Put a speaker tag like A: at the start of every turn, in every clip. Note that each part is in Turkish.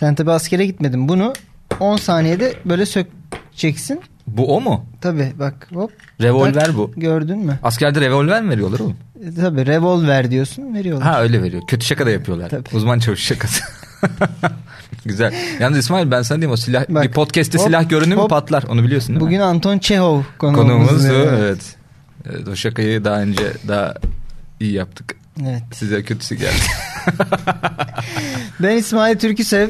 A: Sen tabi askere gitmedin. Bunu 10 saniyede böyle sökeceksin.
B: Bu o mu?
A: Tabi bak hop.
B: Revolver bu.
A: Gördün mü?
B: Askerde revolver mi veriyorlar oğlum?
A: E, tabi revolver diyorsun veriyorlar.
B: Ha öyle veriyor. Kötü şaka da yapıyorlar.
A: Tabii.
B: Uzman çavuş şakası. Güzel. Yalnız İsmail ben sana diyeyim o silah
A: Bak,
B: bir podcast'te
A: hop,
B: silah görünür mü
A: hop.
B: patlar. Onu biliyorsun değil
A: Bugün
B: mi?
A: Anton Çehov konuğumuz.
B: konuğumuz o,
A: Evet.
B: evet. evet. O şakayı daha önce daha iyi yaptık.
A: evet.
B: Size kötüsü geldi.
A: Ben İsmail Türküsev.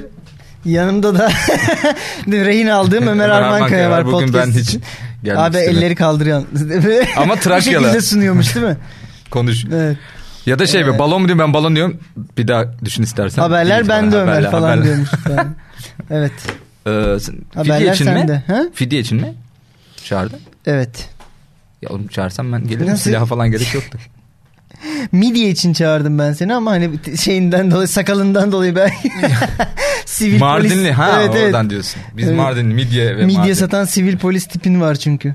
A: Yanımda da rehin aldığım Ömer Armankaya var
B: Bugün ben
A: podcast
B: hiç
A: için.
B: gelmek
A: Abi
B: istemedim.
A: elleri kaldırıyor.
B: Ama Trakyalı.
A: Bir şekilde sunuyormuş değil mi?
B: Konuş.
A: Evet.
B: Ya da şey be balon mu diyorum ben balon diyorum. Bir daha düşün istersen.
A: Haberler
B: Bilgi falan,
A: bende Ömer
B: haberler,
A: falan
B: haberler.
A: diyormuş. Ben. Evet.
B: Ee, sen- fidye
A: Haberler
B: için mi?
A: sende. Ha?
B: Fidye için mi? Çağırdın.
A: Evet.
B: Ya oğlum çağırsam ben gelirim.
A: Nasıl?
B: Silaha falan gerek yoktu.
A: Midye için çağırdım ben seni ama hani t- şeyinden dolayı sakalından dolayı ben sivil
B: Mardinli
A: polis.
B: ha
A: evet, evet.
B: oradan diyorsun. Biz
A: Evet.
B: Mardinli midye ve
A: Midye
B: Mardin.
A: satan sivil polis tipin var çünkü.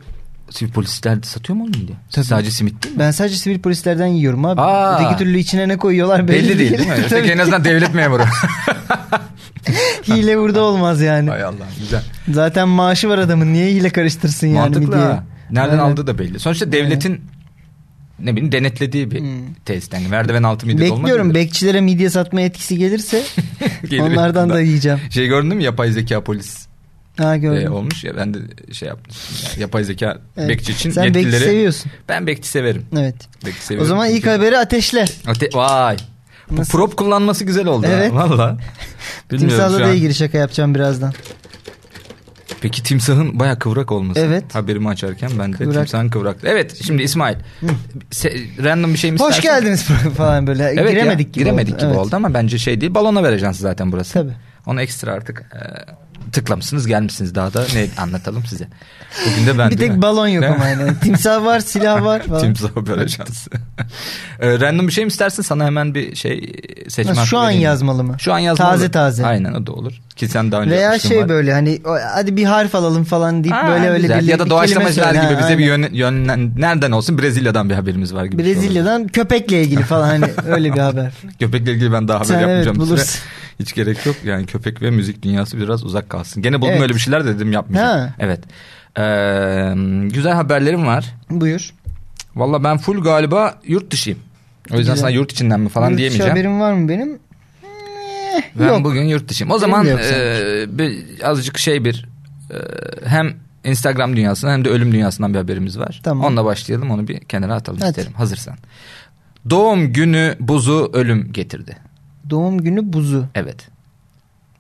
B: Sivil polisler de satıyor mu oğlum midye?
A: Tabii.
B: Sadece simit değil mi?
A: Ben sadece sivil polislerden yiyorum abi.
B: Aa.
A: Öteki türlü içine ne koyuyorlar belli,
B: Belli, değil değil mi? Üstelik
A: Tabii.
B: en azından devlet memuru.
A: Hile burada olmaz yani.
B: Hay Allah güzel.
A: Zaten maaşı var adamın. Niye hile karıştırsın yani
B: Mantıklı
A: midye?
B: ha. Nereden
A: Aynen.
B: aldığı da belli. Sonuçta devletin ne bileyim denetlediği bir
A: Hmm.
B: tesisten. Merdiven altı midye dolma
A: Bekliyorum
B: gibi.
A: bekçilere midye satma etkisi gelirse
B: Gelir
A: onlardan da
B: yakında.
A: yiyeceğim.
B: Şey gördün mü yapay zeka polis
A: Ha
B: e,
A: gördüm.
B: olmuş ya ben de şey yaptım. Yani yapay zeka
A: Evet.
B: bekçi için
A: Sen
B: yetkilileri.
A: bekçi seviyorsun.
B: Ben bekçi severim.
A: Evet.
B: Bekçi severim.
A: O zaman ilk haberi ateşle.
B: Ate- Vay. Bu
A: Nasıl?
B: prop kullanması güzel oldu
A: Evet.
B: ha. Valla. Bilmiyorum
A: Timsahla
B: şu
A: da
B: an.
A: ilgili şaka yapacağım birazdan.
B: Peki timsahın baya kıvrak olması.
A: Evet.
B: Haberimi açarken ben de
A: Kıvrak.
B: timsahın kıvrak. Evet şimdi İsmail. se- random bir şey mi
A: Hoş
B: istersen-
A: geldiniz falan böyle.
B: Evet ya,
A: giremedik gibi
B: giremedik
A: oldu.
B: gibi
A: Evet.
B: oldu ama bence şey değil. Balona vereceksin zaten burası.
A: Tabii.
B: Onu ekstra artık e, tıklamışsınız gelmişsiniz daha da ne anlatalım size. Bugün de ben
A: bir
B: değil
A: tek
B: mi?
A: balon yok
B: Ne?
A: ama yani. Timsah var, silah var falan.
B: Timsah böyle şansı. E, random bir şey mi istersin sana hemen bir şey seçme
A: Ha,
B: hakkı
A: Şu an
B: vereyim mi?
A: yazmalı mı?
B: Şu an yazmalı.
A: Taze taze.
B: Aynen o da olur. Ki sen daha önce
A: Veya
B: yapmıştın
A: şey
B: var.
A: böyle hani o- hadi bir harf alalım falan deyip
B: Aa,
A: böyle öyle
B: güzel.
A: bir
B: ya da
A: bir
B: doğaçlamacılar
A: kelime
B: gibi
A: söyle.
B: bize
A: Ha, aynen.
B: bir yön, yönlen- nereden olsun Brezilya'dan bir haberimiz var gibi. bir şey olabilir.
A: Brezilya'dan köpekle ilgili falan hani öyle bir haber.
B: Köpekle ilgili ben daha haber
A: Sen evet,
B: yapmayacağım. size.
A: bulursun.
B: Hiç gerek yok. Yani köpek ve müzik dünyası biraz uzak kalsın. Gene buldum
A: Evet.
B: öyle bir şeyler de dedim yapmayacağım.
A: Ha.
B: Evet. Ee, güzel haberlerim var.
A: Buyur.
B: Valla ben full galiba yurt dışıyım. O yüzden
A: Güzel.
B: sana yurt içinden mi falan
A: Yurt dışı
B: diyemeyeceğim.
A: haberim var mı benim? Eh,
B: Ben
A: yok.
B: bugün yurt dışıyım. O
A: Benim
B: zaman
A: de yok
B: e,
A: sanki.
B: bir, azıcık şey bir e, hem Instagram dünyasından hem de ölüm dünyasından bir haberimiz var.
A: Tamam.
B: Onunla başlayalım onu bir kenara atalım
A: Hadi.
B: isterim hazırsan. Doğum günü buzu ölüm getirdi.
A: Doğum günü buzu.
B: Evet.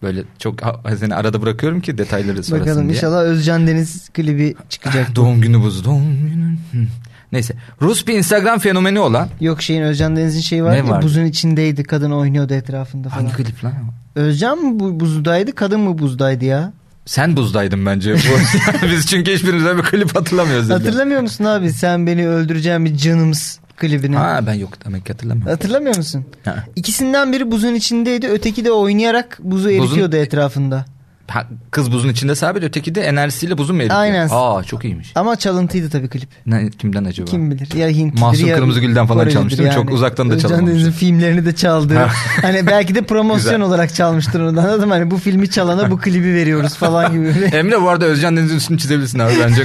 B: Böyle çok ha- seni arada bırakıyorum ki detayları sorasın
A: Bakalım
B: diye. Ah,
A: inşallah Özcan Deniz klibi çıkacak.
B: Doğum günü buzu doğum günü. Hı. Neyse. Rus bir Instagram fenomeni olan.
A: Yok şeyin Özcan Deniz'in şeyi var
B: Ne
A: ya
B: vardı?
A: buzun içindeydi kadın oynuyordu etrafında falan.
B: Hangi klip lan? o?
A: Özcan mı bu, buzdaydı kadın mı buzdaydı ya?
B: Sen buzdaydın bence. Bu- Biz çünkü hiçbirimizden bir klip hatırlamıyoruz. dedi.
A: Hatırlamıyor musun abi sen beni öldüreceğim bir canımız klibini?
B: Ha ben yok demek ki hatırlamıyorum.
A: Hatırlamıyor musun?
B: Ha.
A: İkisinden biri buzun içindeydi öteki de oynayarak buzu
B: Buzun-
A: eritiyordu etrafında.
B: Ha, Kız buzun içinde sabit öteki de enerjisiyle buzun mu eritiyor?
A: Aynen.
B: Aa çok iyiymiş.
A: Ama çalıntıydı tabii klip.
B: Ne, kimden acaba?
A: Kim bilir ya Hintlidir
B: Mahsun
A: ya
B: Kırmızıgül'den falan
A: Korelidir
B: çalmış değil mi? Çok uzaktan da
A: Özcan
B: çalamamış.
A: Deniz'in filmlerini de çaldı.
B: Ha.
A: hani belki de promosyon
B: Güzel.
A: olarak çalmıştır onu anladın mı? Hani bu filmi çalana bu klibi veriyoruz falan gibi.
B: Emre bu arada Özcan Deniz'in üstünü çizebilirsin abi bence.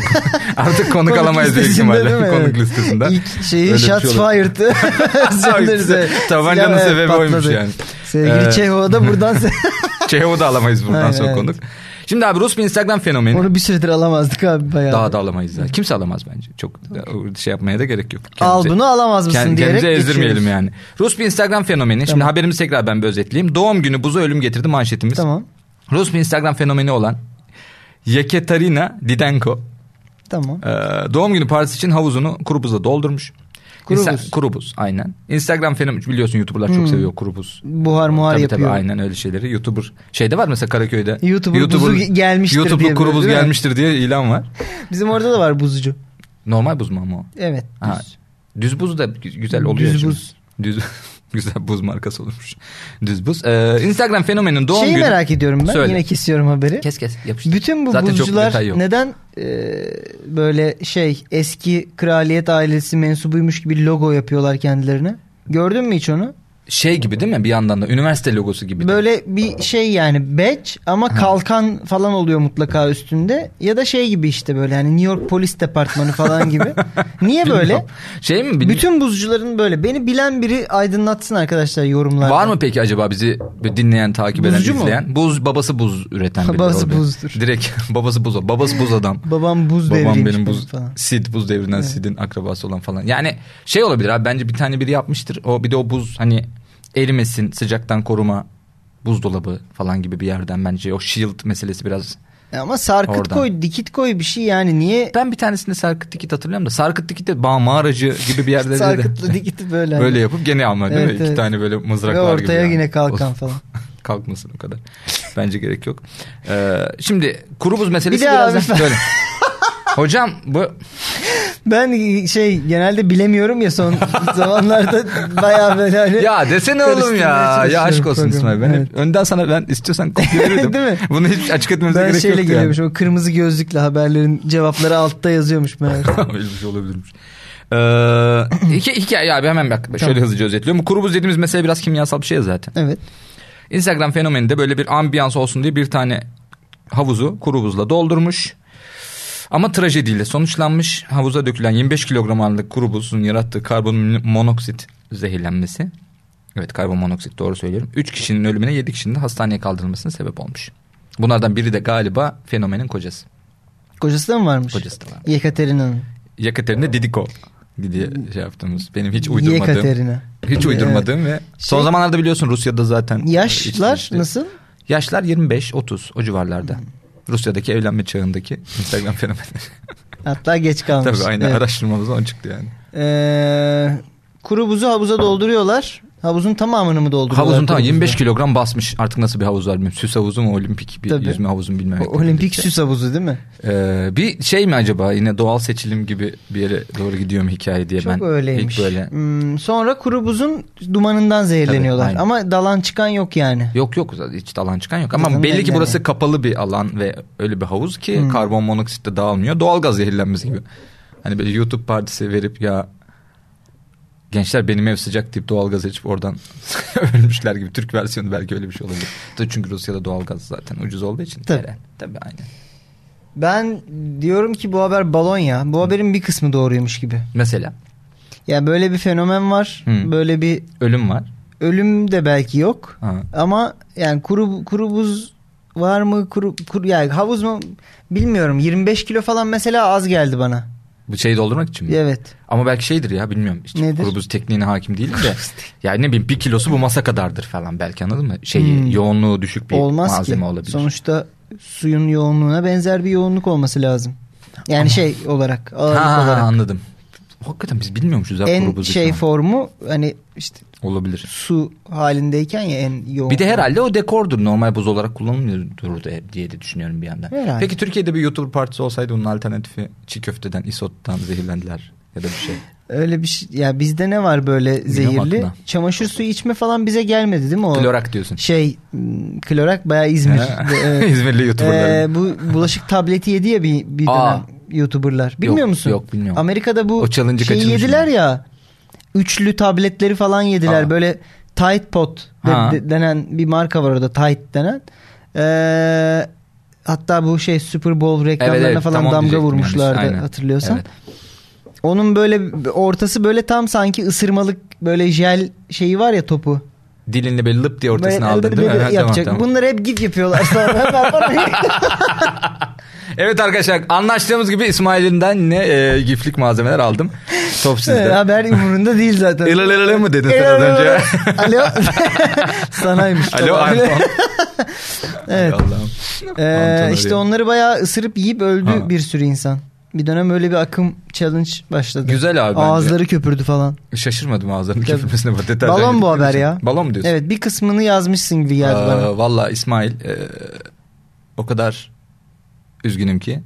B: Artık konuk, alamayız büyük
A: listesinde
B: ihtimalle.
A: değil mi?
B: Konuk
A: Evet.
B: listesinde.
A: İlk
B: Öyle bir
A: şeyi
B: şey
A: Shots
B: olabilir.
A: Fired'ı. Özcan Deniz'e.
B: Tabancanın
A: Silah, evet,
B: sebebi oymuş
A: patladı.
B: yani.
A: Sevgili
B: Ee,
A: Çehova da buradan
B: Çehov'u da alamayız buradan
A: Aynen,
B: sonra
A: evet.
B: konuk. Şimdi abi Rus bir Instagram fenomeni.
A: onu bir süredir alamazdık abi bayağı.
B: Daha da alamayız. ya. Kimse alamaz bence. Çok şey yapmaya da gerek yok.
A: Al
B: Kendimize-
A: bunu alamaz mısın
B: Kend-
A: diyerek
B: Kendimize ezdirmeyelim
A: geçiyoruz.
B: yani. Rus bir Instagram fenomeni. Şimdi
A: Tamam.
B: haberimizi tekrar ben bir özetleyeyim. Doğum günü buza ölüm getirdi manşetimiz.
A: Tamam.
B: Rus bir Instagram fenomeni olan Yekaterina Didenko
A: Tamam.
B: ee, doğum günü partisi için havuzunu kuru buzla doldurmuş.
A: Kuru
B: İnsta-
A: buz.
B: kuru buz, aynen. Instagram fenomeni biliyorsun YouTuber'lar çok seviyor kuru buz.
A: Buhar Hmm. muhar
B: Tabii
A: yapıyor.
B: tabii aynen öyle şeyleri. YouTuber şeyde var mesela Karaköy'de.
A: YouTuber buzu ge- gelmiştir
B: YouTuber
A: diye
B: kuru
A: böyle,
B: buz
A: değil mi?
B: gelmiştir diye ilan var.
A: Bizim orada da var buzcu.
B: Normal buz mu ama o?
A: Evet.
B: Ha,
A: düz.
B: düz buz da gü- güzel oluyor.
A: Düz
B: şimdi.
A: buz.
B: Düz güzel buz markası olurmuş. Düz buz. Ee, Instagram fenomenin doğum
A: Şeyi
B: günü.
A: merak ediyorum ben.
B: Söyle.
A: Yine kesiyorum haberi.
B: Kes kes yapıştır.
A: Bütün bu
B: Zaten çok
A: buzcular
B: detay yok.
A: neden e, böyle şey eski kraliyet ailesi mensubuymuş gibi logo yapıyorlar kendilerine? Gördün mü hiç onu?
B: şey gibi değil mi bir yandan da üniversite logosu gibi. de.
A: Böyle bir şey yani badge ama kalkan falan oluyor mutlaka üstünde. Ya da şey gibi işte böyle hani New York Polis Departmanı falan gibi. Niye böyle?
B: Bilmiyorum. Şey mi? Bütün
A: Bütün buzcuların böyle. Beni bilen biri aydınlatsın arkadaşlar yorumlarda.
B: Var mı peki acaba bizi dinleyen, takip eden,
A: Buzcu mu?
B: izleyen? Buz, babası buz üreten biri.
A: Babası buzdur.
B: Direkt babası buz. o. Babası buz adam.
A: Babam buz
B: Babam
A: devriymiş
B: benim buz,
A: falan.
B: Sid buz devrinden Sid'in akrabası olan falan. Yani şey olabilir abi bence bir tane biri yapmıştır. O bir de o buz hani erimesin sıcaktan koruma buzdolabı falan gibi bir yerden bence o shield meselesi biraz.
A: Ama sarkıt
B: Oradan.
A: koy, dikit koy bir şey yani. Niye
B: Ben bir tanesinde sarkıt dikit hatırlıyorum da sarkıt dikit de bağ mağaracı gibi bir yerde
A: sarkıtlı dikiti böyle?
B: böyle yapıp gene ama değil
A: Evet,
B: mi? İki
A: evet.
B: tane böyle mızraklar
A: Ve
B: gibi.
A: ortaya
B: yani.
A: yine kalkan
B: Of.
A: falan.
B: kalkmasın o kadar. Bence gerek yok. Ee, şimdi kuru buz meselesi
A: Bir daha
B: biraz
A: abi.
B: böyle. Hocam bu
A: Ben şey genelde bilemiyorum ya son zamanlarda bayağı böyle hani
B: ya desene oğlum ya.
A: karıştırmaya
B: Ya aşk olsun
A: çalışıyorum
B: İsmail. Ben
A: programı.
B: hep önden sana ben istiyorsan kopya verirdim.
A: Değil mi?
B: Bunu hiç açık etmemize
A: Ben
B: gerek
A: şeyle
B: yoktu
A: geliyormuş o kırmızı gözlükle haberlerin cevapları altta yazıyormuş meğer.
B: yani. Öyle bir şey olabilirmiş. Ee, hikaye, hikaye abi hemen bak şöyle hızlıca özetliyorum. Bu kuru buz dediğimiz mesele biraz kimyasal bir şey ya zaten.
A: evet.
B: Instagram fenomeninde böyle bir ambiyans olsun diye bir tane havuzu kuru buzla doldurmuş. Ama trajediyle sonuçlanmış havuza dökülen 25 kilogram ağırlık kuru buzun yarattığı karbon monoksit zehirlenmesi. Evet karbon monoksit doğru söylüyorum. 3 kişinin ölümüne 7 kişinin de hastaneye kaldırılmasına sebep olmuş. Bunlardan biri de galiba fenomenin kocası.
A: Kocası da mı varmış?
B: Kocası da var.
A: Yekaterina'nın.
B: Yekaterina Didiko diye şey yaptığımız benim hiç uydurmadığım.
A: Yekaterina.
B: Hiç uydurmadığım ve son
A: Şey-
B: zamanlarda biliyorsun Rusya'da zaten.
A: Yaşlar
B: İşte-
A: nasıl?
B: Yaşlar 25-30 o civarlarda. Rusya'daki evlenme çağındaki Instagram fenomeni.
A: Hatta geç kalmış.
B: Tabii aynı
A: Evet.
B: araştırmamızdan çıktı yani.
A: Ee, kuru buzu havuza dolduruyorlar. Havuzun tamamını mı dolduruyorlar?
B: Havuzun tam
A: kuru
B: 25
A: buzda?
B: kilogram basmış. Artık nasıl bir havuz var bilmiyorum. Süs havuzu mu olimpik bir
A: Tabii.
B: yüzme havuzu mu bilmem.
A: O- Olimpik süs havuzu değil mi?
B: Ee, bir şey mi acaba yine doğal seçilim gibi bir yere doğru gidiyor mu hikaye diye
A: Çok
B: ben
A: öyleymiş.
B: ilk böyle.
A: Hmm, sonra kuru buzun dumanından zehirleniyorlar.
B: aynen.
A: Ama dalan çıkan yok yani.
B: Yok yok hiç dalan çıkan yok ama
A: Zaten
B: belli ki
A: belli
B: burası
A: yani. Hmm.
B: kapalı bir alan ve öyle bir havuz ki karbon monoksit de dağılmıyor. Doğalgaz zehirlenmesi gibi. Hani böyle YouTube partisi verip ya gençler benim ev sıcak deyip doğalgaz içip oradan ölmüşler gibi. Türk versiyonu belki öyle bir şey olabilir. Tabii Çünkü Rusya'da doğalgaz zaten ucuz olduğu için.
A: Tabii.
B: Tabii. Tabii aynen.
A: Ben diyorum ki bu haber balon ya. Bu haberin bir kısmı doğruymuş gibi.
B: Mesela
A: Ya böyle bir fenomen var.
B: Hı.
A: Böyle bir
B: ölüm var.
A: ölüm de belki yok.
B: Ha.
A: Ama yani kuru kuru buz var mı kuru, kuru yani havuz mu bilmiyorum. 25 kilo falan mesela az geldi bana.
B: Bu şeyi doldurmak için mi?
A: Evet.
B: Ama belki şeydir ya bilmiyorum. İşte
A: Nedir?
B: kuru buz tekniğine hakim değilim de. yani ne bileyim bir kilosu bu masa kadardır falan belki anladın mı? Şeyi
A: Hmm.
B: yoğunluğu düşük bir
A: Olmaz
B: malzeme
A: ki.
B: olabilir.
A: Sonuçta suyun yoğunluğuna benzer bir yoğunluk olması lazım. Yani şey olarak ağırlık
B: Ha, ha,
A: olarak.
B: anladım. Hakikaten biz bilmiyormuşuz ya
A: en
B: grubu
A: şey
B: şey
A: formu hani işte
B: olabilir.
A: su halindeyken ya en yoğun.
B: Bir de herhalde o dekordur. Normal buz olarak kullanılmıyordur da- diye de düşünüyorum bir yandan.
A: Herhalde.
B: Peki Türkiye'de bir YouTuber partisi olsaydı onun alternatifi çiğ köfteden, isottan zehirlendiler ya da bir şey.
A: Öyle bir şey. Ya bizde ne var böyle zehirli?
B: aklına.
A: Çamaşır suyu içme falan bize gelmedi değil mi o?
B: Klorak diyorsun.
A: Şey m, klorak bayağı İzmir.
B: Ha.
A: Evet.
B: İzmirli YouTuber'lar.
A: Ee, bu bulaşık tableti yedi ya bir, bir
B: Aa.
A: dönem YouTuber'lar. Bilmiyor
B: Yok,
A: musun?
B: yok, bilmiyorum.
A: Amerika'da bu
B: O challenge'ı
A: şeyi
B: kaçırmışım
A: yediler
B: ben.
A: ya. Üçlü tabletleri falan yediler.
B: Aa.
A: Böyle Tide Pot de-
B: Ha.
A: de- denen bir marka var orada Tide denen. Ee, hatta bu şey Super Bowl reklamlarına
B: evet, tam
A: falan
B: onu
A: damga
B: diyecektim yani.
A: vurmuşlardı
B: Aynen.
A: hatırlıyorsan.
B: Evet.
A: Onun böyle ortası böyle tam sanki ısırmalık böyle jel şeyi var ya topu.
B: Dilinle böyle lıp diye
A: Böyle-
B: ortasına aldın
A: böyle
B: değil mi? Ha, tamam,
A: yapacak.
B: tamam.
A: Bunları hep gif yapıyorlar sonra. Hemen bana-
B: Evet arkadaşlar anlaştığımız gibi İsmail'inden ne e, giflik malzemeler aldım. Top
A: Evet,
B: sizde.
A: haber umurunda değil zaten.
B: İlal ilal mı dedin sen az önce?
A: Alo. Sanaymış.
B: Alo
A: Tamam.
B: Anton.
A: Evet.
B: Allah'ım.
A: Ee,
B: Anton
A: işte
B: arıyor.
A: onları bayağı ısırıp yiyip öldü
B: Ha.
A: bir sürü insan. Bir dönem öyle bir akım challenge başladı.
B: Güzel abi bence.
A: Ağızları köpürdü falan.
B: Şaşırmadım ağzının
A: Tabii.
B: kesilmesine. bak, deterjan
A: Balon bu
B: getirmiş.
A: haber ya.
B: Balon mu diyorsun?
A: Evet bir kısmını yazmışsın gibi geldi bana.
B: Aa, Valla İsmail e, o kadar üzgünüm ki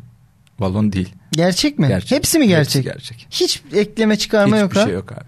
B: balon değil.
A: Gerçek mi? Hepsi mi gerçek?
B: Hepsi gerçek.
A: Hiç ekleme çıkarma
B: Hiçbir
A: yok ha.
B: şey yok abi.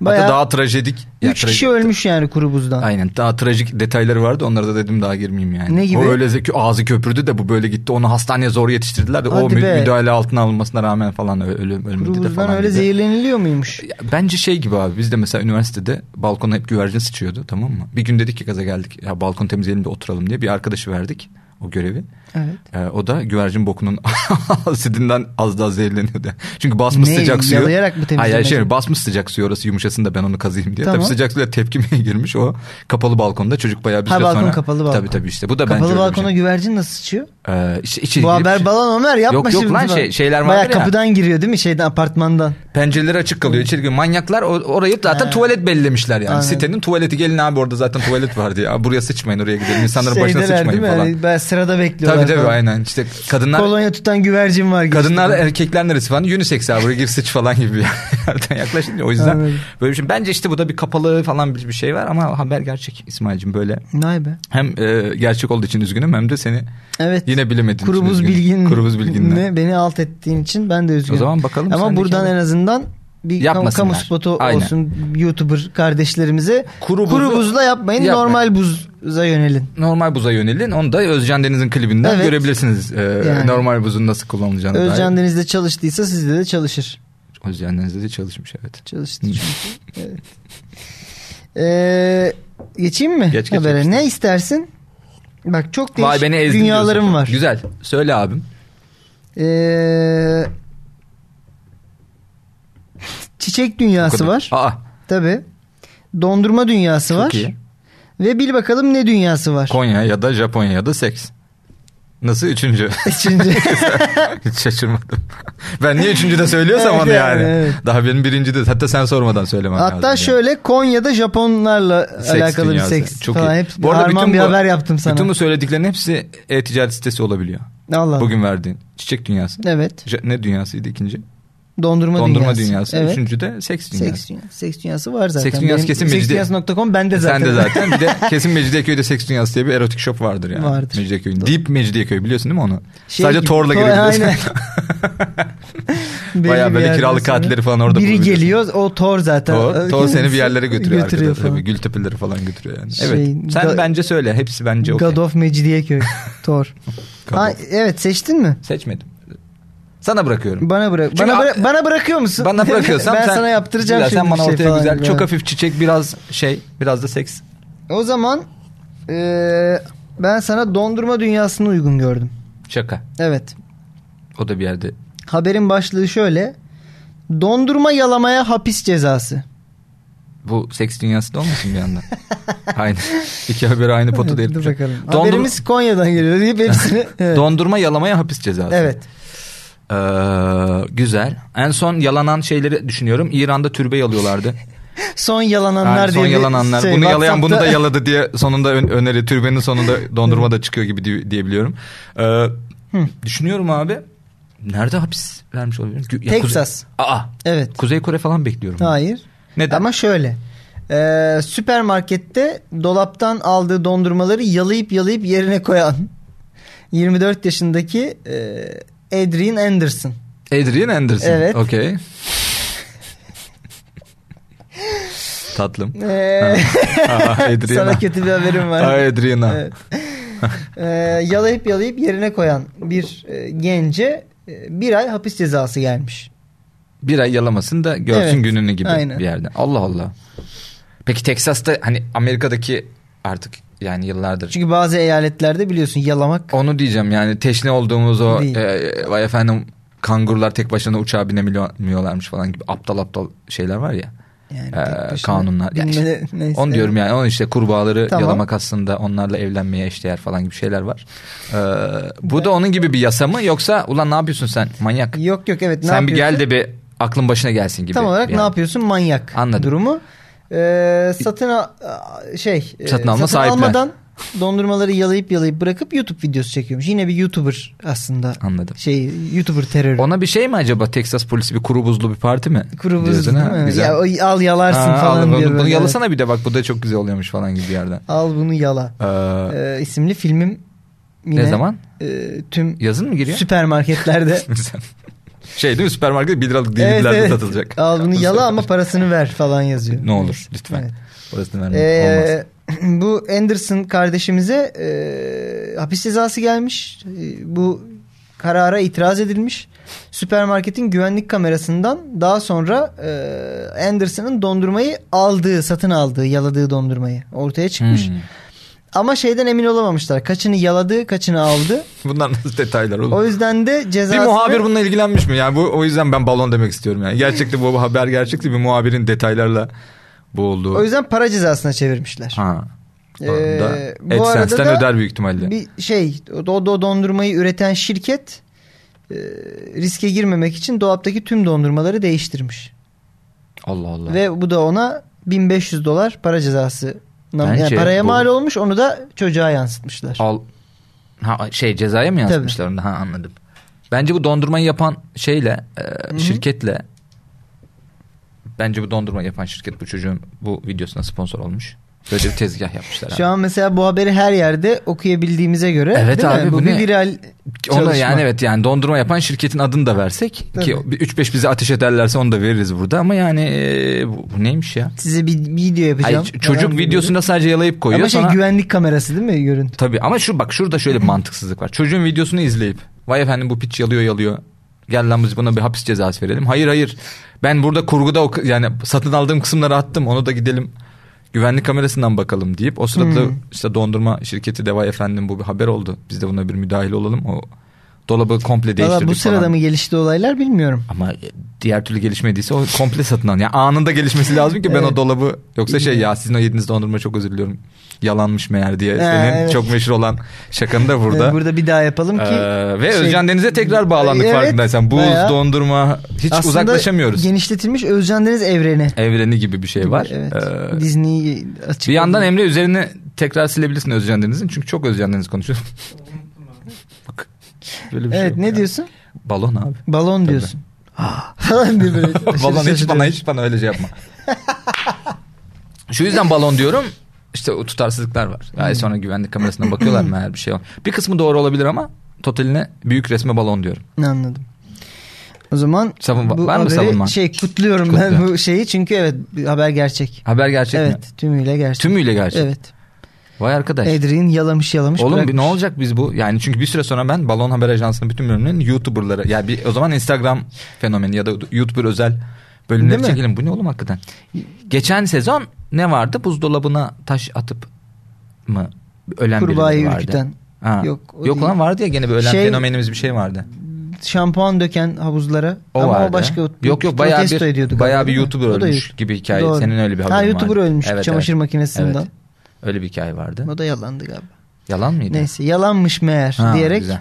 A: Bayağı
B: Hatta daha trajedik. Ya
A: 3
B: trajedik
A: kişi
B: de-
A: ölmüş yani kuru buzdan.
B: Aynen daha trajik detayları vardı onlara da dedim daha girmeyeyim yani.
A: Ne gibi?
B: O öyle zeki ağzı köpürdü de bu böyle gitti onu hastaneye zor yetiştirdiler de o
A: Hadi
B: mü-
A: be.
B: müdahale altına alınmasına rağmen falan ö- ölü, ölmedi
A: Kuru
B: de
A: buzdan
B: falan.
A: öyle
B: dedi.
A: zehirleniliyor muymuş?
B: Ya Bence şey gibi abi biz de mesela üniversitede balkona hep güvercin sıçıyordu tamam mı? Bir gün dedik ki gaza geldik ya balkon temizleyelim de oturalım diye bir arkadaşı verdik o görevi.
A: Evet.
B: Ee, o da güvercin bokunun asidinden az daha zehirleniyordu. Çünkü basmış
A: Ne,
B: sıcak suyu.
A: yalayarak mı
B: Hayır, hayır, şey,
A: temizlemedi?
B: basmış sıcak suyu orası yumuşasın da ben onu kazıyım diye.
A: Tamam.
B: Tabii sıcak suyla tepkimeye girmiş o kapalı balkonda çocuk bayağı bir
A: Ha,
B: süre
A: balkon
B: sonra.
A: kapalı balkon.
B: Tabii tabii işte bu da bence
A: Kapalı
B: öyle bir
A: balkona
B: şey.
A: güvercin nasıl sıçıyor?
B: Ee, işte içeri
A: Bu
B: girip
A: haber balon Ömer yapma
B: Yok, yok
A: şimdi
B: lan
A: bana.
B: şey- şeyler vardır
A: Bayağı
B: ya.
A: kapıdan giriyor değil mi şeyden apartmandan?
B: pencereleri açık kalıyor içeri giriyor. Manyaklar o- orayı zaten
A: He.
B: tuvalet bellemişler yani.
A: Anladım.
B: Sitenin tuvaleti gelin abi orada zaten tuvalet vardı ya. Buraya sıçmayın oraya gidelim insanların başına
A: Şeydeler
B: sıçmayın
A: değil mi?
B: falan.
A: Yani bayağı sırada bekliyorlar.
B: Tabii tabii
A: falan.
B: aynen işte kadınlar
A: Kolonya tutan güvercin var. geçti.
B: Kadınlar erkekler neresi falan unisex abi buraya gir sıç falan gibi bir yerden yaklaşınca o yüzden
A: Anladım.
B: böyle bir şey. Bence işte bu da bir kapalı falan bir bir şey var ama haber gerçek İsmail'cim böyle.
A: Vay be.
B: Hem e, gerçek olduğu için üzgünüm hem de seni
A: Evet.
B: yine bilemediğin için
A: Kurubuz
B: üzgünüm.
A: bilgin
B: Kurubuz bilginle.
A: ne- beni alt ettiğin için ben de üzgünüm.
B: O zaman bakalım
A: Ama
B: sendeki
A: buradan
B: haber.
A: en azından bir kamu,
B: Yapmasınlar.
A: kamu spotu
B: Aynen.
A: olsun YouTuber kardeşlerimize.
B: Kuru
A: Kuru,
B: buzu-
A: buzla yapmayın,
B: Yapmayın.
A: normal buza yönelin.
B: Normal buza yönelin. Onu da Özcan Deniz'in klibinden
A: Evet.
B: görebilirsiniz. e,
A: Yani.
B: Normal buzun nasıl kullanılacağını. dair.
A: Özcan Deniz'de çalıştıysa sizde de çalışır.
B: Özcan Deniz'de de çalışmış evet.
A: Çalıştı çünkü. Evet. Ee, geçeyim mi
B: Geç, geç,
A: habere?
B: geç.
A: Ne istersin? Bak çok
B: Vay
A: değişik
B: beni ezdin
A: dünyalarım
B: diyorsun.
A: var.
B: Güzel. Söyle abim.
A: Ee, çiçek dünyası
B: Kadın.
A: var.
B: Aa.
A: Tabii. Dondurma dünyası
B: Çok
A: var.
B: iyi.
A: Ve bil bakalım ne dünyası var.
B: Konya ya da Japonya ya da seks. Nasıl üçüncü?
A: Üçüncü.
B: Hiç şaşırmadım. Ben niye üçüncü de söylüyorsam
A: Evet,
B: onu yani.
A: yani, evet.
B: Daha benim birinci de hatta sen sormadan söylemem lazım.
A: Hatta
B: yani.
A: şöyle Konya'da Japonlarla
B: Seks
A: alakalı
B: dünyası.
A: bir seks
B: Çok
A: falan.
B: iyi.
A: Hep
B: Bu arada
A: harman
B: bütün
A: bir
B: bu-
A: haber yaptım sana.
B: Bütün bu söylediklerin hepsi e-ticaret sitesi olabiliyor.
A: Allah Allah.
B: Bugün verdiğin. Çiçek dünyası.
A: Evet.
B: Ja- Ne dünyasıydı ikinci?
A: Dondurma,
B: Dondurma dünyası.
A: Evet.
B: Üçüncü de seks dünyası.
A: Seks, dünyası. seks dünyası var zaten.
B: Seks dünyası
A: Benim
B: kesin
A: seks
B: Mecidi-
A: dünyası.com bende zaten.
B: Sen de zaten. Bir de kesin Mecidiyeköy'de seks dünyası diye bir erotik shop vardır yani.
A: Vardır.
B: Mecidiyeköy'ün.
A: Doğru.
B: Deep Mecidiyeköy biliyorsun değil mi onu?
A: Şey
B: Sadece
A: gibi,
B: Tor'la
A: Tor- aynen.
B: girebilirsin.
A: Belli
B: Bayağı
A: bir
B: böyle
A: yerden
B: kiralık
A: sonra
B: katilleri falan orada
A: Biri
B: bulabiliyorsun.
A: geliyor o Tor zaten.
B: Tor, Tor
A: Kendisi
B: seni bir yerlere götürüyor,
A: götürüyor
B: arkada. Tabii
A: falan.
B: gül tepeleri falan götürüyor yani.
A: Şey,
B: evet. Sen
A: Ga-
B: bence söyle. Hepsi bence okey.
A: God of Mecidiyeköy. Tor.
B: God
A: Ha,
B: of.
A: evet seçtin mi?
B: Seçmedim. Sana bırakıyorum.
A: Bana bırak.
B: Çünkü
A: bana,
B: a-
A: bıra- bana bırakıyor musun?
B: Bana bırakıyorsan
A: ben
B: sen,
A: sana yaptıracağım şimdi.
B: güzel, Sen bana
A: bir şey
B: ortaya
A: falan
B: güzel
A: gibi.
B: çok hafif çiçek biraz şey biraz da seks.
A: O zaman eee, ben sana dondurma dünyasını uygun gördüm.
B: Şaka.
A: Evet.
B: O da bir yerde.
A: Haberin başlığı şöyle. Dondurma yalamaya hapis cezası.
B: Bu seks dünyası da olmasın bir yandan. aynı. İki haber aynı potu
A: Evet,
B: değil.
A: dur bakalım.
B: Dondurma,
A: Haberimiz Konya'dan geliyor deyip hepsini. Evet.
B: dondurma yalamaya hapis cezası.
A: evet.
B: Ee, güzel. En son yalanan şeyleri düşünüyorum. İran'da türbe yalıyorlardı.
A: Son yalananlar
B: Yani son
A: diye bir
B: yalananlar.
A: şey,
B: bunu yalayan bunu da
A: WhatsApp'ta-
B: yaladı diye sonunda ön- öneri türbenin sonunda dondurma da çıkıyor gibi diye, diyebiliyorum. Ee, düşünüyorum abi. Nerede hapis vermiş olabilirim? Gü- ya
A: Texas.
B: Kuzey- Aa.
A: Evet.
B: Kuzey Kore falan bekliyorum.
A: Hayır.
B: Neden?
A: Ama şöyle. eee, süpermarkette dolaptan aldığı dondurmaları yalayıp yalayıp yerine koyan 24 yaşındaki eee Adrian Anderson.
B: Adrian Anderson.
A: Evet.
B: Okey. Tatlım.
A: Eee,
B: Aa,
A: sana
B: Adriana.
A: kötü bir haberim
B: Aa,
A: var.
B: Adriana.
A: Evet. Eee, yalayıp yalayıp yerine koyan bir eee, gence eee, bir ay hapis cezası gelmiş.
B: Bir ay yalamasın da görsün
A: Evet,
B: gününü gibi
A: aynen.
B: bir yerden. Allah Allah. Peki Texas'ta hani Amerika'daki artık yani yıllardır
A: Çünkü bazı eyaletlerde biliyorsun yalamak
B: Onu diyeceğim yani teşne olduğumuz o
A: Değil.
B: e, vay efendim kangurular tek başına uçağa binemiyorlarmış falan gibi aptal aptal şeyler var ya.
A: yani
B: e,
A: tek başına
B: kanunlar. Ya işte,
A: bilmene- neyse.
B: Onu diyorum yani onun işte kurbağaları
A: Tamam.
B: yalamak aslında onlarla evlenmeye eşdeğer falan gibi şeyler var. E, bu da onun gibi bir yasa mı yoksa ulan ne yapıyorsun sen manyak?
A: Yok yok evet ne
B: sen bir
A: yapıyorsun?
B: gel de bir aklın başına gelsin gibi.
A: Tam olarak
B: bir
A: ne
B: an.
A: yapıyorsun? Manyak
B: Anladım.
A: durumu. Ee, satın al- a- şey e,
B: Satın alma sahipler.
A: almadan dondurmaları yalayıp yalayıp bırakıp YouTube videosu çekiyormuş. Yine bir YouTuber aslında.
B: Anladım.
A: Şey YouTuber terörü.
B: Ona bir şey mi acaba Texas polisi bir kuru buzlu bir parti mi?
A: Kuru buz
B: Diyorsun ha,
A: değil mi?
B: Güzel.
A: Ya, o- al yalarsın
B: Aa, al
A: falan
B: bunu-
A: diyor.
B: bunu
A: böyle.
B: yalasana bir de bak bu da çok güzel oluyormuş falan gibi bir yerden.
A: Al bunu yala.
B: Ee,
A: Ee, isimli filmim yine
B: ne zaman?
A: e, tüm
B: Yazın mı giriyor?
A: süpermarketlerde
B: Güzel. Şey değil mi süpermarkette 1 liralık dilimlerde satılacak.
A: Al bunu yala ama parasını ver falan yazıyor.
B: Ne olur lütfen.
A: Evet.
B: Parasını verme. Olmaz.
A: Ee, bu Anderson kardeşimize e, hapis cezası gelmiş. E, bu karara itiraz edilmiş. Süpermarketin güvenlik kamerasından daha sonra e, Anderson'ın dondurmayı aldığı, satın aldığı, yaladığı dondurmayı ortaya çıkmış.
B: Hmm.
A: Ama şeyden emin olamamışlar. Kaçını yaladı, kaçını aldı.
B: Bunlar nasıl detaylar oğlum?
A: O yüzden de
B: Bir
A: cezasını...
B: muhabir bununla ilgilenmiş mi? Yani bu o yüzden ben balon demek istiyorum yani. Gerçekten bu haber gerçekti bir muhabirin detaylarla boğulduğu.
A: O yüzden para cezasına çevirmişler.
B: Ha.
A: Ee,
B: Ee,
A: bu arada
B: AdSense'den
A: da-
B: öder büyük ihtimalle.
A: Bir şey o, o dondurmayı üreten şirket e, riske girmemek için dolaptaki tüm dondurmaları değiştirmiş.
B: Allah Allah.
A: Ve bu da ona 1500 dolar para cezası
B: Bence
A: yani paraya
B: bu-
A: mal olmuş onu da çocuğa yansıtmışlar.
B: Al. Ha, şey cezaya mı yazmışlar onu? Ha anladım. Bence bu dondurmayı yapan şeyle e, şirketle bence bu dondurma yapan şirket bu çocuğun bu videosuna sponsor olmuş. Böyle bir tezgah yapmışlar. abi.
A: Şu an mesela bu haberi her yerde okuyabildiğimize göre
B: Evet
A: değil mi?
B: abi,
A: bu,
B: bu
A: bir
B: ne?
A: viral çalışma.
B: Onu yani evet yani dondurma yapan şirketin adını da versek
A: Tabii.
B: ki 3-5 bize ateş ederlerse onu da veririz burada ama yani e, bu, bu neymiş ya?
A: Size bir video
B: Ay,
A: yapacağım.
B: ç- çocuk
A: falan gibi.
B: videosunda sadece yalayıp koyuyor.
A: Ama şey
B: sonra-
A: güvenlik kamerası değil mi görün?
B: Tabii ama şu bak şurada şöyle bir mantıksızlık var. Çocuğun videosunu izleyip vay efendim bu piç yalıyor yalıyor. Gel lan biz buna bir hapis cezası verelim. Hayır hayır. Ben burada kurguda o- yani satın aldığım kısımları attım. Onu da gidelim güvenlik kamerasından bakalım deyip o sırada
A: Hmm.
B: işte dondurma şirketi de vay efendim bu bir haber oldu. Biz de buna bir müdahil olalım. O dolabı komple
A: Valla
B: değiştirdik
A: bu sırada
B: falan.
A: mı gelişti olaylar bilmiyorum.
B: Ama e, diğer türlü gelişmediyse o komple satın al. Yani anında gelişmesi lazım ki ben
A: Evet.
B: o dolabı yoksa şey ya sizin o yediğiniz dondurma çok özür diliyorum. Yalanmış meğer diye.
A: Ha,
B: Senin
A: evet.
B: çok meşhur olan şakanı da
A: Ee,
B: burada.
A: Burada bir daha yapalım ki
B: Ee, ve
A: şey-
B: Özcan Deniz'e tekrar bağlandık
A: Evet,
B: farkındaysan. Buz,
A: bayağı.
B: dondurma hiç
A: Aslında
B: uzaklaşamıyoruz.
A: genişletilmiş Özcan Deniz evreni.
B: Evreni gibi bir şey var.
A: Evet.
B: Ee,
A: Disney açık.
B: bir yandan Emre üzerine tekrar silebilirsin Özcan Deniz'in. Çünkü çok Özcan Deniz konuşuyor. Bak, Böyle bir şey
A: Evet
B: yok
A: ne
B: ya.
A: diyorsun?
B: Balon abi.
A: Balon diyorsun. Falan diye böyle. şey aşırı
B: balon hiç
A: şaşırıyorum.
B: bana hiç bana öyle şey yapma. Şu yüzden balon diyorum. İşte o tutarsızlıklar var. Yani sonra güvenlik kamerasına bakıyorlar mı eğer bir şey var. Bir kısmı doğru olabilir ama totaline büyük resme balon diyorum.
A: Anladım. O zaman
B: Savunma-
A: bu
B: var mı
A: haberi
B: savunma?
A: şey kutluyorum ben
B: Kutluyorum.
A: bu şeyi çünkü evet bir haber gerçek.
B: Haber gerçek mi?
A: evet tümüyle gerçek.
B: Tümüyle gerçek.
A: Evet.
B: Vay arkadaş.
A: Edrin yalamış yalamış.
B: Oğlum bir-
A: bırakmış.
B: ne olacak biz bu? Yani çünkü bir süre sonra ben Balon Haber Ajansı'nın bütün bölümlerinin YouTuber'ları. Ya bir, o zaman Instagram fenomeni ya da YouTuber özel
A: Değil
B: bölümleri
A: mi?
B: çekelim. Bu ne oğlum hakikaten? Geçen sezon ne vardı? Buzdolabına taş atıp mı? Ölen
A: Kurbağayı
B: birileri vardı.
A: ürküten.
B: Ha.
A: Yok,
B: Yok,
A: o
B: Yok
A: değil.
B: lan vardı ya gene bir ölen
A: Şey-
B: fenomenimiz bir şey vardı.
A: Şampuan döken havuzlara.
B: O
A: Ama
B: vardı.
A: o başka.
B: Yok yok bayağı
A: protesto ediyorduk
B: bir bayağı
A: abi,
B: bir
A: değil mi?
B: YouTuber
A: O da
B: ölmüş
A: yok.
B: gibi hikaye.
A: Doğru.
B: Senin öyle bir haberin
A: Ha YouTuber
B: vardı.
A: ölmüş çamaşır makinesinden.
B: Evet. Öyle bir hikaye vardı.
A: O da yalandı galiba.
B: Yalan mıydı?
A: Neyse yalanmış meğer
B: Ha,
A: diyerek
B: güzel.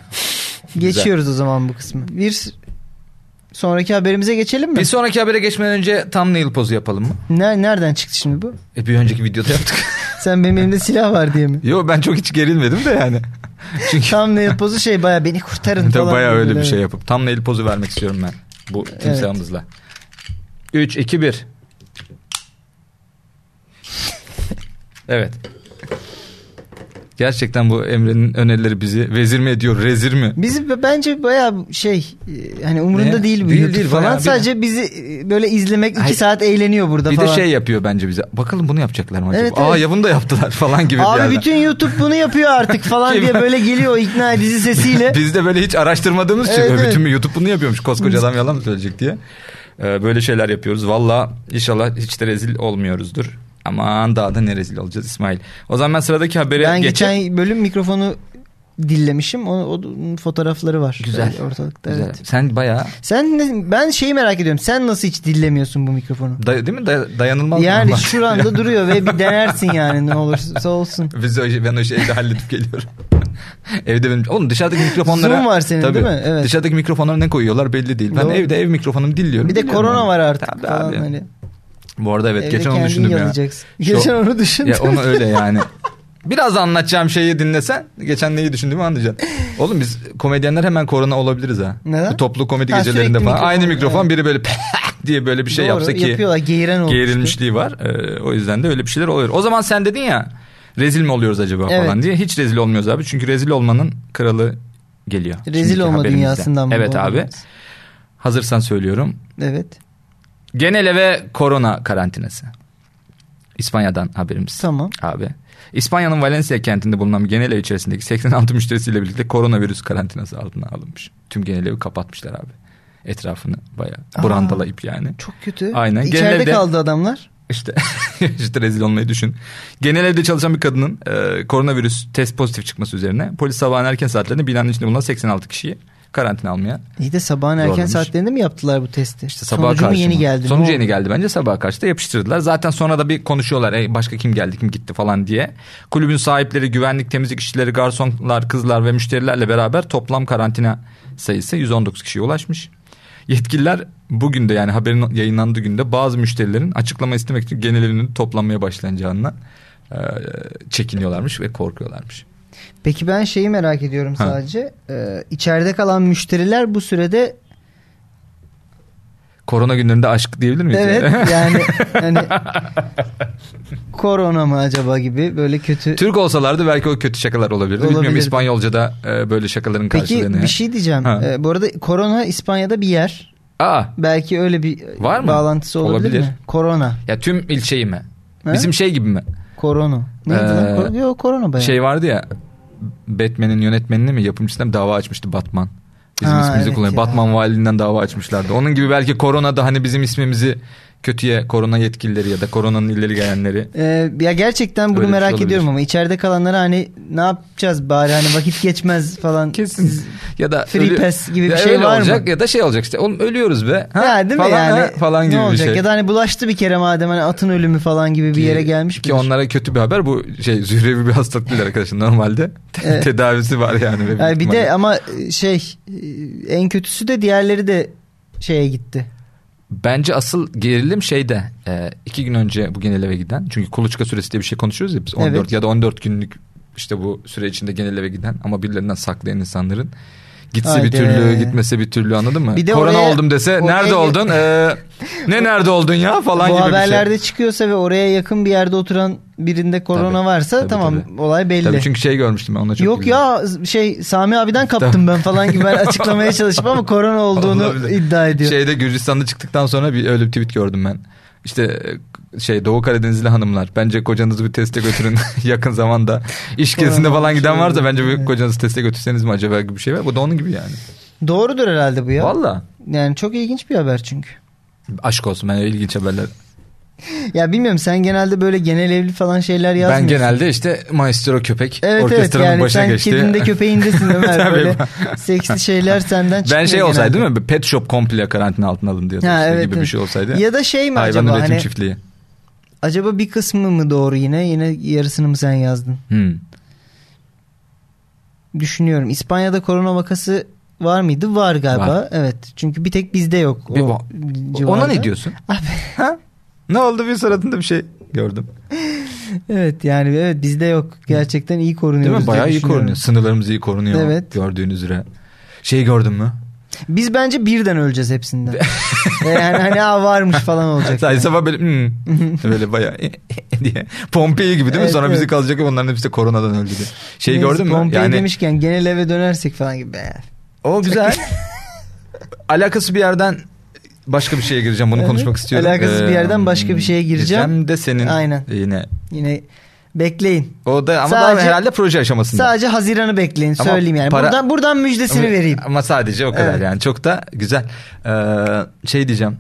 A: geçiyoruz o zaman bu kısmı. Bir sonraki haberimize geçelim mi?
B: Bir sonraki habere geçmeden önce thumbnail pozu yapalım mı?
A: Ne- nereden çıktı şimdi bu?
B: E, bir önceki videoda yaptık.
A: Sen benim elimde silah var diye mi?
B: Yo ben çok hiç gerilmedim de yani. Çünkü
A: Tam ne pozu şey baya beni kurtarın
B: Tabii
A: falan.
B: bayağı öyle bir şey
A: Evet.
B: yapıp thumbnail pozu vermek istiyorum ben bu timsahımızla. 3 2 1. Evet. Gerçekten bu Emre'nin önerileri bizi vezir mi ediyor, rezir mi?
A: Bizi b- bence bayağı şey e, hani umurunda
B: Ne?
A: değil bu
B: Değil,
A: YouTube
B: değil,
A: falan.
B: bayağı bir-
A: Sadece bizi e, böyle izlemek iki
B: Ay,
A: saat eğleniyor burada
B: Bir
A: falan.
B: de şey yapıyor bence bize. Bakalım bunu yapacaklar mı acaba?
A: Evet,
B: Aa
A: evet.
B: ya bunu da yaptılar falan gibi bir
A: Abi
B: yerden.
A: bütün YouTube bunu yapıyor artık falan diye böyle geliyor ikna edici sesiyle.
B: Şey Biz de böyle hiç araştırmadığımız için
A: Evet,
B: bütün
A: evet.
B: mü YouTube bunu yapıyormuş. Koskoca adam yalan mı söyleyecek diye. Ee, böyle şeyler yapıyoruz. Valla inşallah hiç de rezil olmuyoruzdur. Aman daha da ne rezil olacağız İsmail. O zaman ben sıradaki habere
A: ben
B: geçeyim.
A: geçen bölüm mikrofonu dillemişim. O, onun fotoğrafları var.
B: Güzel.
A: Böyle Ortalıkta.
B: Güzel.
A: Evet.
B: Sen bayağı
A: Sen ne- ben şeyi merak ediyorum. Sen nasıl hiç dillemiyorsun bu mikrofonu?
B: day- değil mi Day- dayanılmaz bir
A: Yani
B: adam.
A: şuranda duruyor ve bir denersin yani ne olursa olsun.
B: Biz o işi- ben o işi evde halledip geliyorum. evde benim oğlum dışarıdaki mikrofonlara
A: Zoom var senin, değil mi? Evet.
B: Dışarıdaki mikrofonlara ne koyuyorlar belli değil. Ben
A: Doğru.
B: evde ev mikrofonumu dilliyorum.
A: Bir de
B: Biliyorum
A: korona
B: onu.
A: var artık
B: Tabii
A: falan
B: abi.
A: hani.
B: Bu arada evet
A: Evde
B: geçen onu
A: kendin
B: düşündüm ya.
A: yazacaksın.
B: Şu-
A: Geçen onu düşündüm.
B: Ya onu öyle yani. Biraz anlatacağım şeyi dinlesen geçen neyi düşündüğümü anlayacaksın. Oğlum biz komedyenler hemen korona olabiliriz ha.
A: Neden?
B: Bu toplu komedi
A: Ha,
B: gecelerinde
A: sürekli
B: falan.
A: mikrofon-
B: Aynı mikrofon
A: evet.
B: biri böyle diye böyle bir şey
A: Doğru,
B: yapsa ki
A: yapıyorlar geğiren olmuştu.
B: gerilmişliği var. Ee, o yüzden de öyle bir şeyler oluyor. O zaman sen dedin ya rezil mi oluyoruz acaba
A: Evet.
B: falan diye. Hiç rezil olmuyoruz abi. Çünkü rezil olmanın kralı geliyor.
A: Rezil
B: Şimdiki
A: olma
B: haberimizde.
A: dünyasından mı
B: Evet abi.
A: doğdunuz?
B: Hazırsan söylüyorum.
A: Evet.
B: Genel ve korona karantinası. İspanya'dan haberimiz.
A: Tamam.
B: Abi. İspanya'nın Valencia kentinde bulunan bir genel ev içerisindeki 86 müşterisiyle birlikte koronavirüs karantinası altına alınmış. Tüm genel evi kapatmışlar abi. Etrafını bayağı
A: Aa.
B: brandalayıp yani.
A: Çok kötü.
B: Aynen.
A: İçeride
B: Genelde-
A: kaldı adamlar.
B: İşte, işte rezil olmayı düşün. Genel evde çalışan bir kadının e, koronavirüs test pozitif çıkması üzerine polis sabahın erken saatlerinde binanın içinde bulunan 86 kişiyi karantina almaya.
A: İyi de sabahın erken
B: Zorlamış.
A: saatlerinde mi yaptılar bu testi?
B: İşte sabaha
A: Sonucu mu
B: karşı
A: yeni
B: mı?
A: geldi.
B: Sonucu
A: Ne
B: yeni geldi bence sabaha karşı da yapıştırdılar. Zaten sonra da bir konuşuyorlar "Ey, başka kim geldi kim gitti falan diye. Kulübün sahipleri, güvenlik, temizlik işçileri, garsonlar, kızlar ve müşterilerle beraber toplam karantina sayısı 119 kişiye ulaşmış. Yetkililer bugün de yani haberin yayınlandığı günde bazı müşterilerin açıklama istemek için genelinin toplanmaya başlanacağından e, çekiniyorlarmış ve korkuyorlarmış.
A: Peki ben şeyi merak ediyorum
B: Ha.
A: sadece. Ee, içeride kalan müşteriler bu sürede
B: Korona günlerinde aşk diyebilir miyiz?
A: evet
B: yani?
A: yani hani korona mı acaba gibi böyle kötü.
B: Türk olsalardı belki o kötü şakalar olabilirdi. Bilmiyorum
A: Olabilirdi.
B: İspanyolca'da e, böyle şakaların karşılığını.
A: Peki bir şey diyeceğim.
B: Ha.
A: Ee, bu arada korona İspanya'da bir yer.
B: Aa
A: Belki öyle bir
B: Var mı?
A: bağlantısı olabilir,
B: Olabilir.
A: mi? Korona.
B: Ya tüm ilçeyi mi?
A: Ha?
B: Bizim şey gibi mi?
A: Korona. Neydi
B: Ee,
A: lan? Kor- Yo, korona bayağı.
B: Şey vardı ya Batman'in yönetmenine mi yapımcısına mı dava açmıştı Batman. Bizim
A: Ha,
B: ismimizi
A: evet
B: kullanıyor.
A: ya.
B: Batman valiliğinden dava açmışlardı. Onun gibi belki korona da hani bizim ismimizi kötüye korona yetkilileri ya da koronanın ileri gelenleri.
A: Ee, ya gerçekten bunu
B: Öyle bir şey
A: merak
B: olabilir.
A: ediyorum ama içeride kalanlara hani ne yapacağız bari hani vakit geçmez falan. Siz-
B: Ya da
A: Free pass gibi bir
B: Ya
A: şey
B: öyle
A: var mı?
B: olacak ya da şey olacak işte. Oğlum ölüyoruz be. Ha?
A: ya değil
B: falan,
A: mi yani?
B: ha? falan gibi
A: ne olacak?
B: bir şey.
A: Ya da hani bulaştı bir kere madem hani atın ölümü falan gibi bir yere gelmiş
B: Ki
A: midir?
B: onlara kötü bir haber bu şey zührevi bir hastalık değil arkadaşlar normalde.
A: Evet.
B: Tedavisi var yani. ve
A: Yani bir
B: ihtimalle-
A: de ama şey en kötüsü de diğerleri de şeye gitti.
B: Bence asıl gerilim şeyde e, iki gün önce bu genel eve giden çünkü kuluçka süresi diye bir şey konuşuyoruz ya biz 14
A: Evet.
B: ya da 14 günlük işte bu süre içinde genel eve giden ama birilerinden saklayan insanların gitse bir
A: Haydi.
B: türlü gitmese bir türlü anladın mı?
A: Bir de
B: Korona
A: oraya-
B: oldum dese
A: oraya-
B: nerede oldun Ee, ne nerede oldun ya falan
A: Bu
B: gibi
A: haberlerde
B: bir şey.
A: çıkıyorsa ve oraya yakın bir yerde oturan birinde korona
B: Tabii,
A: varsa
B: tabii,
A: tamam
B: tabii.
A: olay belli.
B: Tabii çünkü şey görmüştüm ben ona çok
A: Yok
B: güldüm.
A: ya şey Sami abiden kaptım ben falan gibi ben açıklamaya çalışıp ama korona olduğunu
B: Olabilir. Şey-
A: iddia ediyor.
B: Şeyde Gürcistan'da çıktıktan sonra bir öyle bir tweet gördüm ben. İşte e, şey Doğu Karadenizli hanımlar bence kocanızı bir teste götürün yakın zamanda. İş
A: Korona
B: gezisinde falan giden
A: şey
B: varsa
A: olur.
B: bence bir
A: Evet.
B: kocanızı teste götürseniz mi acaba gibi bir şey var. Bu da onun gibi yani.
A: Doğrudur herhalde bu ya.
B: Valla
A: Yani çok ilginç bir haber çünkü.
B: aşk olsun ben öyle ilginç haberler.
A: Ya bilmiyorum sen genelde böyle genel evli falan şeyler yazmıyorsun.
B: Ben genelde işte maestro köpek
A: evet, evet,
B: orkestranın
A: yani
B: başına
A: sen
B: geçti.
A: kedinde köpeğindesin Ömer
B: Tabii.
A: böyle seksli şeyler senden çıkıyor.
B: ben şey
A: genelde.
B: olsaydı değil mi? Pet shop komple karantina altına alındı ya da
A: Ha,
B: işte
A: evet,
B: gibi bir
A: evet.
B: şey olsaydı.
A: Ya da şey mi
B: Hayvan
A: acaba
B: üretim
A: hani
B: çiftliği.
A: acaba bir kısmı mı doğru yine yine yarısını mı sen yazdın?
B: Hmm.
A: Düşünüyorum. İspanya'da korona vakası var mıydı? Var galiba.
B: Var.
A: Evet. Çünkü bir tek bizde yok.
B: Bir
A: O
B: Ona ne
A: civarda.
B: diyorsun?
A: Abi,
B: Ha? Ne oldu bir suratında bir şey gördüm.
A: evet yani evet bizde yok. Gerçekten iyi korunuyoruz.
B: Değil mi?
A: diye
B: Bayağı iyi
A: düşünüyorum.
B: korunuyor. Sınırlarımız iyi korunuyor.
A: Evet.
B: Gördüğünüz üzere. Şey gördün mü?
A: Biz bence birden öleceğiz hepsinden. yani hani "Aa, varmış falan olacak.
B: Sadece
A: yani.
B: sabah böyle "Hmm." böyle bayağı diye. Pompei gibi değil mi?
A: Evet,
B: Sonra bizi
A: evet.
B: kalacak onların hepsi de koronadan öldü diye. Şey
A: Neyse,
B: gördün mü?
A: Pompei
B: yani
A: demişken genel eve dönersek falan gibi. Be.
B: o güzel. Alakası bir yerden başka bir şeye gireceğim. Bunu
A: Evet.
B: konuşmak istiyorum. Ee,
A: Alakasız bir yerden başka bir şeye gireceğim.
B: de senin
A: Aynen.
B: yine.
A: Yine bekleyin.
B: O da ama
A: Sadece-
B: daha herhalde proje aşamasında.
A: Sadece Haziran'ı bekleyin
B: Ama
A: söyleyeyim yani.
B: para-
A: Buradan buradan müjdesini
B: Ama-
A: vereyim.
B: Ama sadece o kadar
A: Evet.
B: yani çok da güzel. Ee, şey diyeceğim.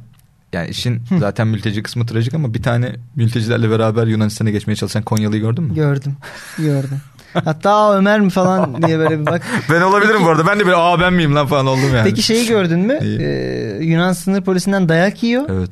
B: Yani işin zaten mülteci kısmı trajik ama bir tane mültecilerle beraber Yunanistan'a geçmeye çalışan Konyalı'yı gördün mü?
A: Gördüm. Gördüm. Hatta "Aa, Ömer mi falan diye böyle bir bak.
B: Ben olabilirim bu arada. Ben de böyle aa ben miyim lan falan oldum yani.
A: Peki şeyi gördün mü?
B: İyi.
A: Ee, Yunan sınır polisinden dayak yiyor.
B: Evet.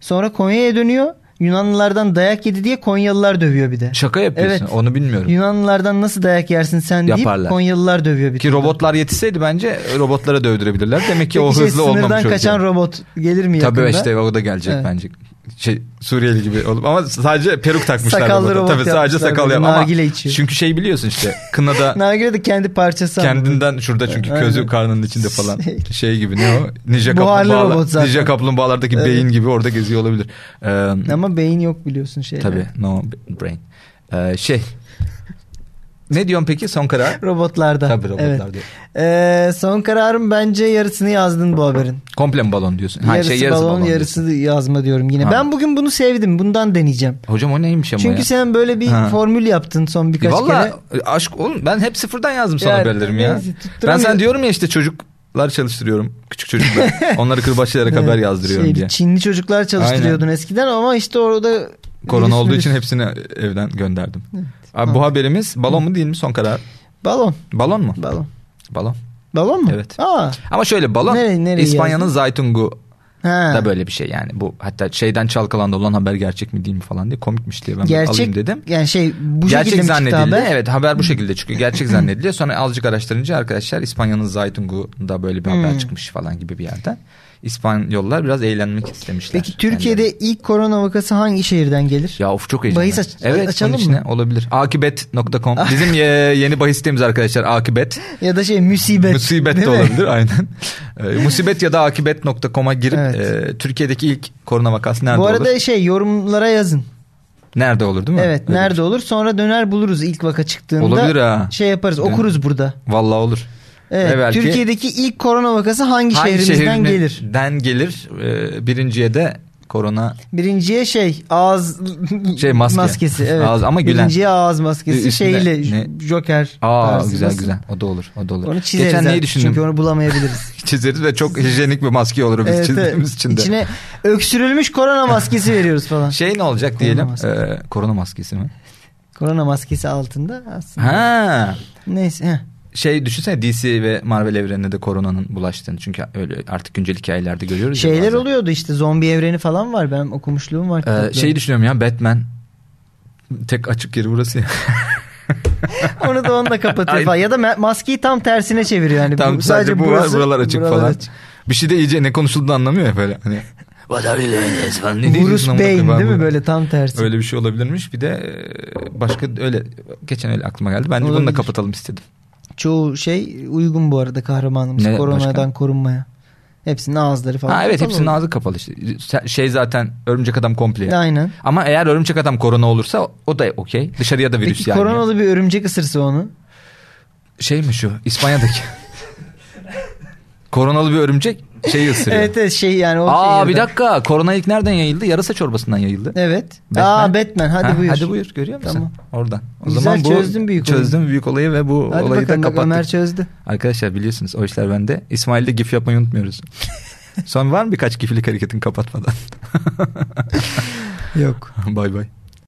A: Sonra Konya'ya dönüyor. Yunanlılardan dayak yedi diye Konyalılar dövüyor bir de.
B: Şaka yapıyorsun.
A: Evet.
B: Onu bilmiyorum.
A: Yunanlılardan nasıl dayak yersin sen deyip
B: Yaparlar.
A: Konyalılar dövüyor bir
B: Ki
A: de.
B: robotlar yetişseydi bence robotlara dövdürebilirler. Demek ki
A: Peki
B: o
A: şey,
B: hızlı olmamış.
A: Sınırdan
B: o
A: kaçan
B: yüzden.
A: robot gelir mi yakında?
B: Tabii işte o da gelecek
A: Evet.
B: bence. Şey Suriyeli gibi olup ama sadece peruk takmışlar
A: Sakallı
B: robota.
A: robot
B: Tabii sadece
A: yapmışlar
B: sakal
A: böyle,
B: yap ama
A: nargile içiyor.
B: çünkü şey biliyorsun işte kınada
A: Nargile de kendi parçası. ama.
B: Kendinden şurada çünkü
A: E, Aynen.
B: közü karnının içinde falan
A: Şey.
B: şey gibi ne o? Ninja
A: Buharlı robot
B: kaplumbağalar,
A: zaten.
B: ninja kaplumbağalardaki
A: Evet.
B: beyin gibi orada geziyor olabilir. Ee,
A: Ama beyin yok biliyorsun şeyler.
B: tabii no brain. Ee, şey Ne diyorsun peki son karar?
A: Robotlarda.
B: Tabii robotlar
A: Evet.
B: diyor.
A: Ee, son kararım bence yarısını yazdın bu haberin.
B: Komple mi balon diyorsun? Ha,
A: yarısı
B: şey,
A: balon,
B: diyorsun.
A: yarısı yazma diyorum yine.
B: Ha.
A: Ben bugün bunu sevdim. Bundan deneyeceğim.
B: Hocam o neymiş ama
A: Çünkü
B: ya?
A: sen böyle bir
B: Ha.
A: formül yaptın son birkaç
B: Valla
A: kere.
B: aşk oğlum ben hep sıfırdan yazdım sana
A: Yani,
B: haberlerimi ya.
A: neyse,
B: Ben sana
A: tutturamıyorum.
B: diyorum ya işte çocuklar çalıştırıyorum. Küçük çocuklar. Onları kırbaçlayarak haber yazdırıyorum
A: Şey,
B: diye.
A: Çinli çocuklar çalıştırıyordun eskiden ama işte orada
B: Korona
A: virüs
B: olduğu
A: mürüs-
B: için hepsini evden gönderdim. Abi
A: Mantıklı.
B: bu haberimiz balon mu değil mi son karar?
A: balon,
B: Balon mu?
A: balon.
B: Balon.
A: Balon mu?
B: Evet.
A: Aa.
B: Ama şöyle balon
A: Nereye- nereye
B: İspanya'nın
A: yazdın?
B: Zaytungu
A: Ha.
B: da böyle bir şey yani. Bu hatta şeyden çalkalandı olan haber gerçek mi değil mi falan diye komikmiş diye ben de alayım
A: Gerçek
B: dedim.
A: yani şey bu şekilde
B: gerçek
A: mi çıktı
B: zannedildi.
A: haber?
B: Evet haber bu şekilde çıkıyor. Gerçek zannediliyor. Sonra azıcık araştırınca arkadaşlar İspanya'nın Zaytungu'da böyle bir haber
A: Hmm.
B: çıkmış falan gibi bir yerden. İspanyollar biraz eğlenmek istemişler.
A: Peki Türkiye'de
B: kendileri.
A: ilk korona vakası hangi şehirden gelir?
B: Ya of çok heyecanlı.
A: Bahis aç-
B: evet,
A: açalım Ah.
B: bunun içine Olabilir. Akibet.com. Bizim ye- yeni bahis sitemiz arkadaşlar. Akibet.
A: Ya da şey musibet.
B: Musibet
A: değil
B: de
A: mi?
B: olabilir aynen. Ee, musibet ya da akibet.com'a girip
A: Evet.
B: e, Türkiye'deki ilk korona vakası nerede
A: Bu arada
B: olur?
A: şey yorumlara yazın.
B: Nerede olur değil mi?
A: Evet
B: Öyle
A: nerede olur sonra döner buluruz ilk vaka çıktığında.
B: Olabilir ha.
A: Şey yaparız
B: Evet.
A: okuruz burada.
B: Vallahi olur.
A: Evet,
B: Ve belki-
A: Türkiye'deki ilk korona vakası hangi, şehrimizden
B: şehrinden-
A: gelir?
B: den gelir. Ee, birinciye de korona
A: Birinciye şey ağız
B: Şey, maske.
A: maskesi. Evet.
B: Ağız ama gülen.
A: Birinciye ağız maskesi
B: Üstüne
A: şeyle
B: ne?
A: joker.
B: Aa
A: tarzı
B: güzel
A: nasıl?
B: güzel. O da olur. O da olur.
A: Onu çizeriz
B: Geçen
A: artık
B: neyi düşündüm?
A: çünkü onu bulamayabiliriz.
B: Çizeriz ve çok hijyenik bir maske olur biz
A: Evet,
B: çizdiğimiz
A: evet.
B: için de.
A: İçine öksürülmüş korona maskesi veriyoruz falan.
B: Şey ne olacak
A: Korona
B: diyelim?
A: maskesi.
B: Ee, korona maskesi mi?
A: Korona maskesi altında aslında.
B: Ha.
A: Neyse. heh.
B: Şey düşünsene DC ve Marvel evrenine de koronanın bulaştığını. Çünkü öyle artık güncel hikayelerde görüyoruz ya
A: Şeyler
B: bazen.
A: oluyordu işte zombi evreni falan var. Ben okumuşluğum var.
B: Ee,
A: kitaplarım.
B: şeyi düşünüyorum ya Batman tek açık yeri burası ya.
A: Onu da onunla kapatıyor
B: Aynen.
A: falan. Ya da ma- maskeyi tam tersine çeviriyor. Yani
B: Tam
A: bu-
B: sadece, bu var buralar açık
A: buralar
B: falan.
A: açık.
B: Bir şey de iyice ne konuşulduğunu anlamıyor ya böyle. Hani, What are you doing this?" falan. Ne
A: Bruce
B: diyorsun amına koyayım
A: Bane
B: abi?
A: değil mi böyle tam tersi.
B: Öyle bir şey olabilirmiş. Bir de e, başka öyle geçen öyle aklıma geldi. Ben de bunu da
A: Olabilir.
B: kapatalım istedim.
A: Çoğu şey uygun bu arada kahramanımız
B: Ne-
A: koronadan
B: başka?
A: korunmaya. Hepsinin ağızları falan.
B: Ha evet hepsinin
A: Tamam.
B: ağzı kapalı işte. Se- Şey zaten örümcek adam komple.
A: Aynen.
B: Ama eğer örümcek adam korona olursa o da okey. Dışarıya da virüs
A: Peki
B: yani.
A: koronalı bir örümcek ısırsa onu.
B: Şey mi şu İspanya'daki? koronalı bir örümcek şeyi ısırıyor.
A: Evet evet şey yani o
B: Aa
A: şey
B: bir
A: yerden.
B: dakika korona ilk nereden yayıldı? Yarasa çorbasından yayıldı.
A: Evet.
B: Batman.
A: Aa Batman hadi
B: Ha,
A: buyur.
B: Hadi buyur görüyor musun?
A: Tamam.
B: Oradan. O
A: Güzel,
B: zaman bu
A: çözdün büyük olayı.
B: çözdüm büyük olayı ve bu
A: Hadi
B: olayı
A: bakalım
B: da
A: bak
B: kapattık.
A: Ömer çözdü.
B: Arkadaşlar biliyorsunuz o işler bende. İsmail'de gif yapmayı unutmuyoruz. Son var mı birkaç giflik hareketin kapatmadan?
A: Yok.
B: bay bay.